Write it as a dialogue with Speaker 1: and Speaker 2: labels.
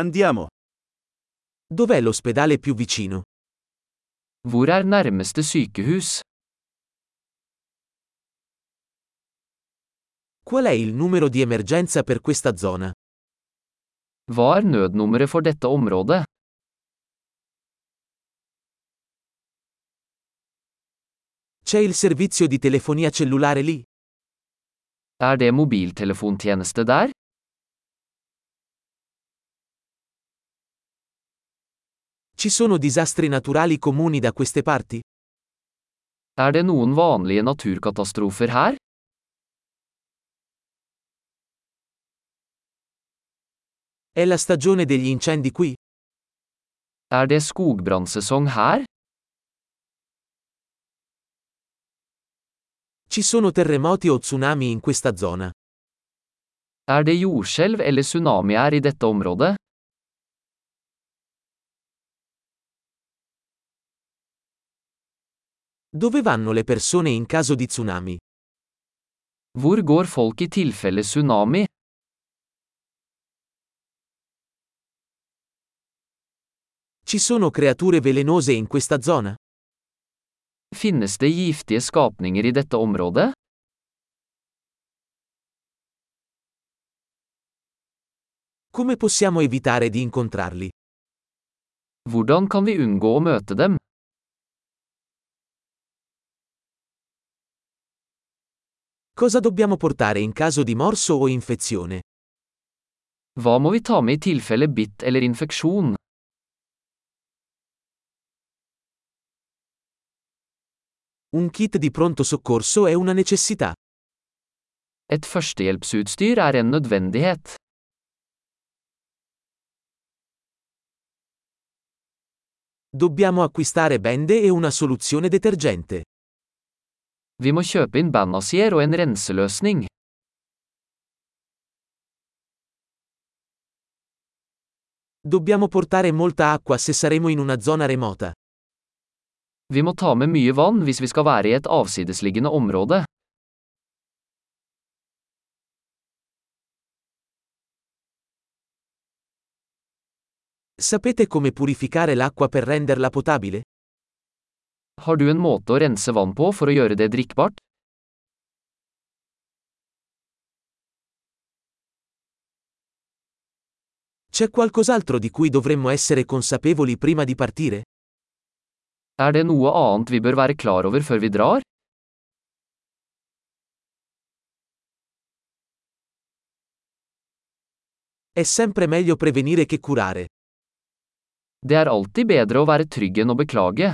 Speaker 1: Andiamo. Dov'è l'ospedale più vicino?
Speaker 2: Hvor er nærmeste sykehus?
Speaker 1: Qual è il numero di emergenza per questa zona?
Speaker 2: Hva er nødnummeret for dette området?
Speaker 1: C'è il servizio di telefonia cellulare lì?
Speaker 2: Er det mobiltelefontjeneste der?
Speaker 1: Ci sono disastri naturali comuni da queste parti?
Speaker 2: Er det noen vanlige naturkatastrofer her?
Speaker 1: È la stagione degli incendi qui?
Speaker 2: Er det skogbrannsesong her?
Speaker 1: Ci sono terremoti o tsunami in questa zona?
Speaker 2: Er det jordskjelv eller tsunami her i dette området?
Speaker 1: Dove vanno le persone in caso di tsunami?
Speaker 2: Hvor går folk i tilfelle tsunami?
Speaker 1: Ci sono creature velenose in questa zona?
Speaker 2: Finnes det giftige skapninger i dette området?
Speaker 1: Come possiamo evitare di incontrarli?
Speaker 2: Hvordan kan vi unngå å møte dem?
Speaker 1: Cosa dobbiamo portare in caso di morso o infezione?
Speaker 2: Hva må vi ta med i tilfelle bitt eller infeksjon?
Speaker 1: Un kit di pronto soccorso è una necessità.
Speaker 2: Et førstehjelpsutstyr er en nødvendighet.
Speaker 1: Dobbiamo acquistare bende e una soluzione detergente.
Speaker 2: Vi må kjøpe inn bandasier og en renseløsning.
Speaker 1: Dobbiamo portare molta acqua se saremo in una zona remota.
Speaker 2: Vi må ta med mye vann hvis vi skal være i et avsidesliggende område.
Speaker 1: Sapete come purificare l'acqua per renderla potabile?
Speaker 2: Har du en måte å rense vann på for å gjøre det drikkbart?
Speaker 1: C'è qualcos'altro di cui dovremmo essere consapevoli prima di partire?
Speaker 2: Er det noe annet vi bør være klar over før vi drar?
Speaker 1: È sempre meglio prevenire che curare.
Speaker 2: Det er alltid bedre å være trygg enn å beklage.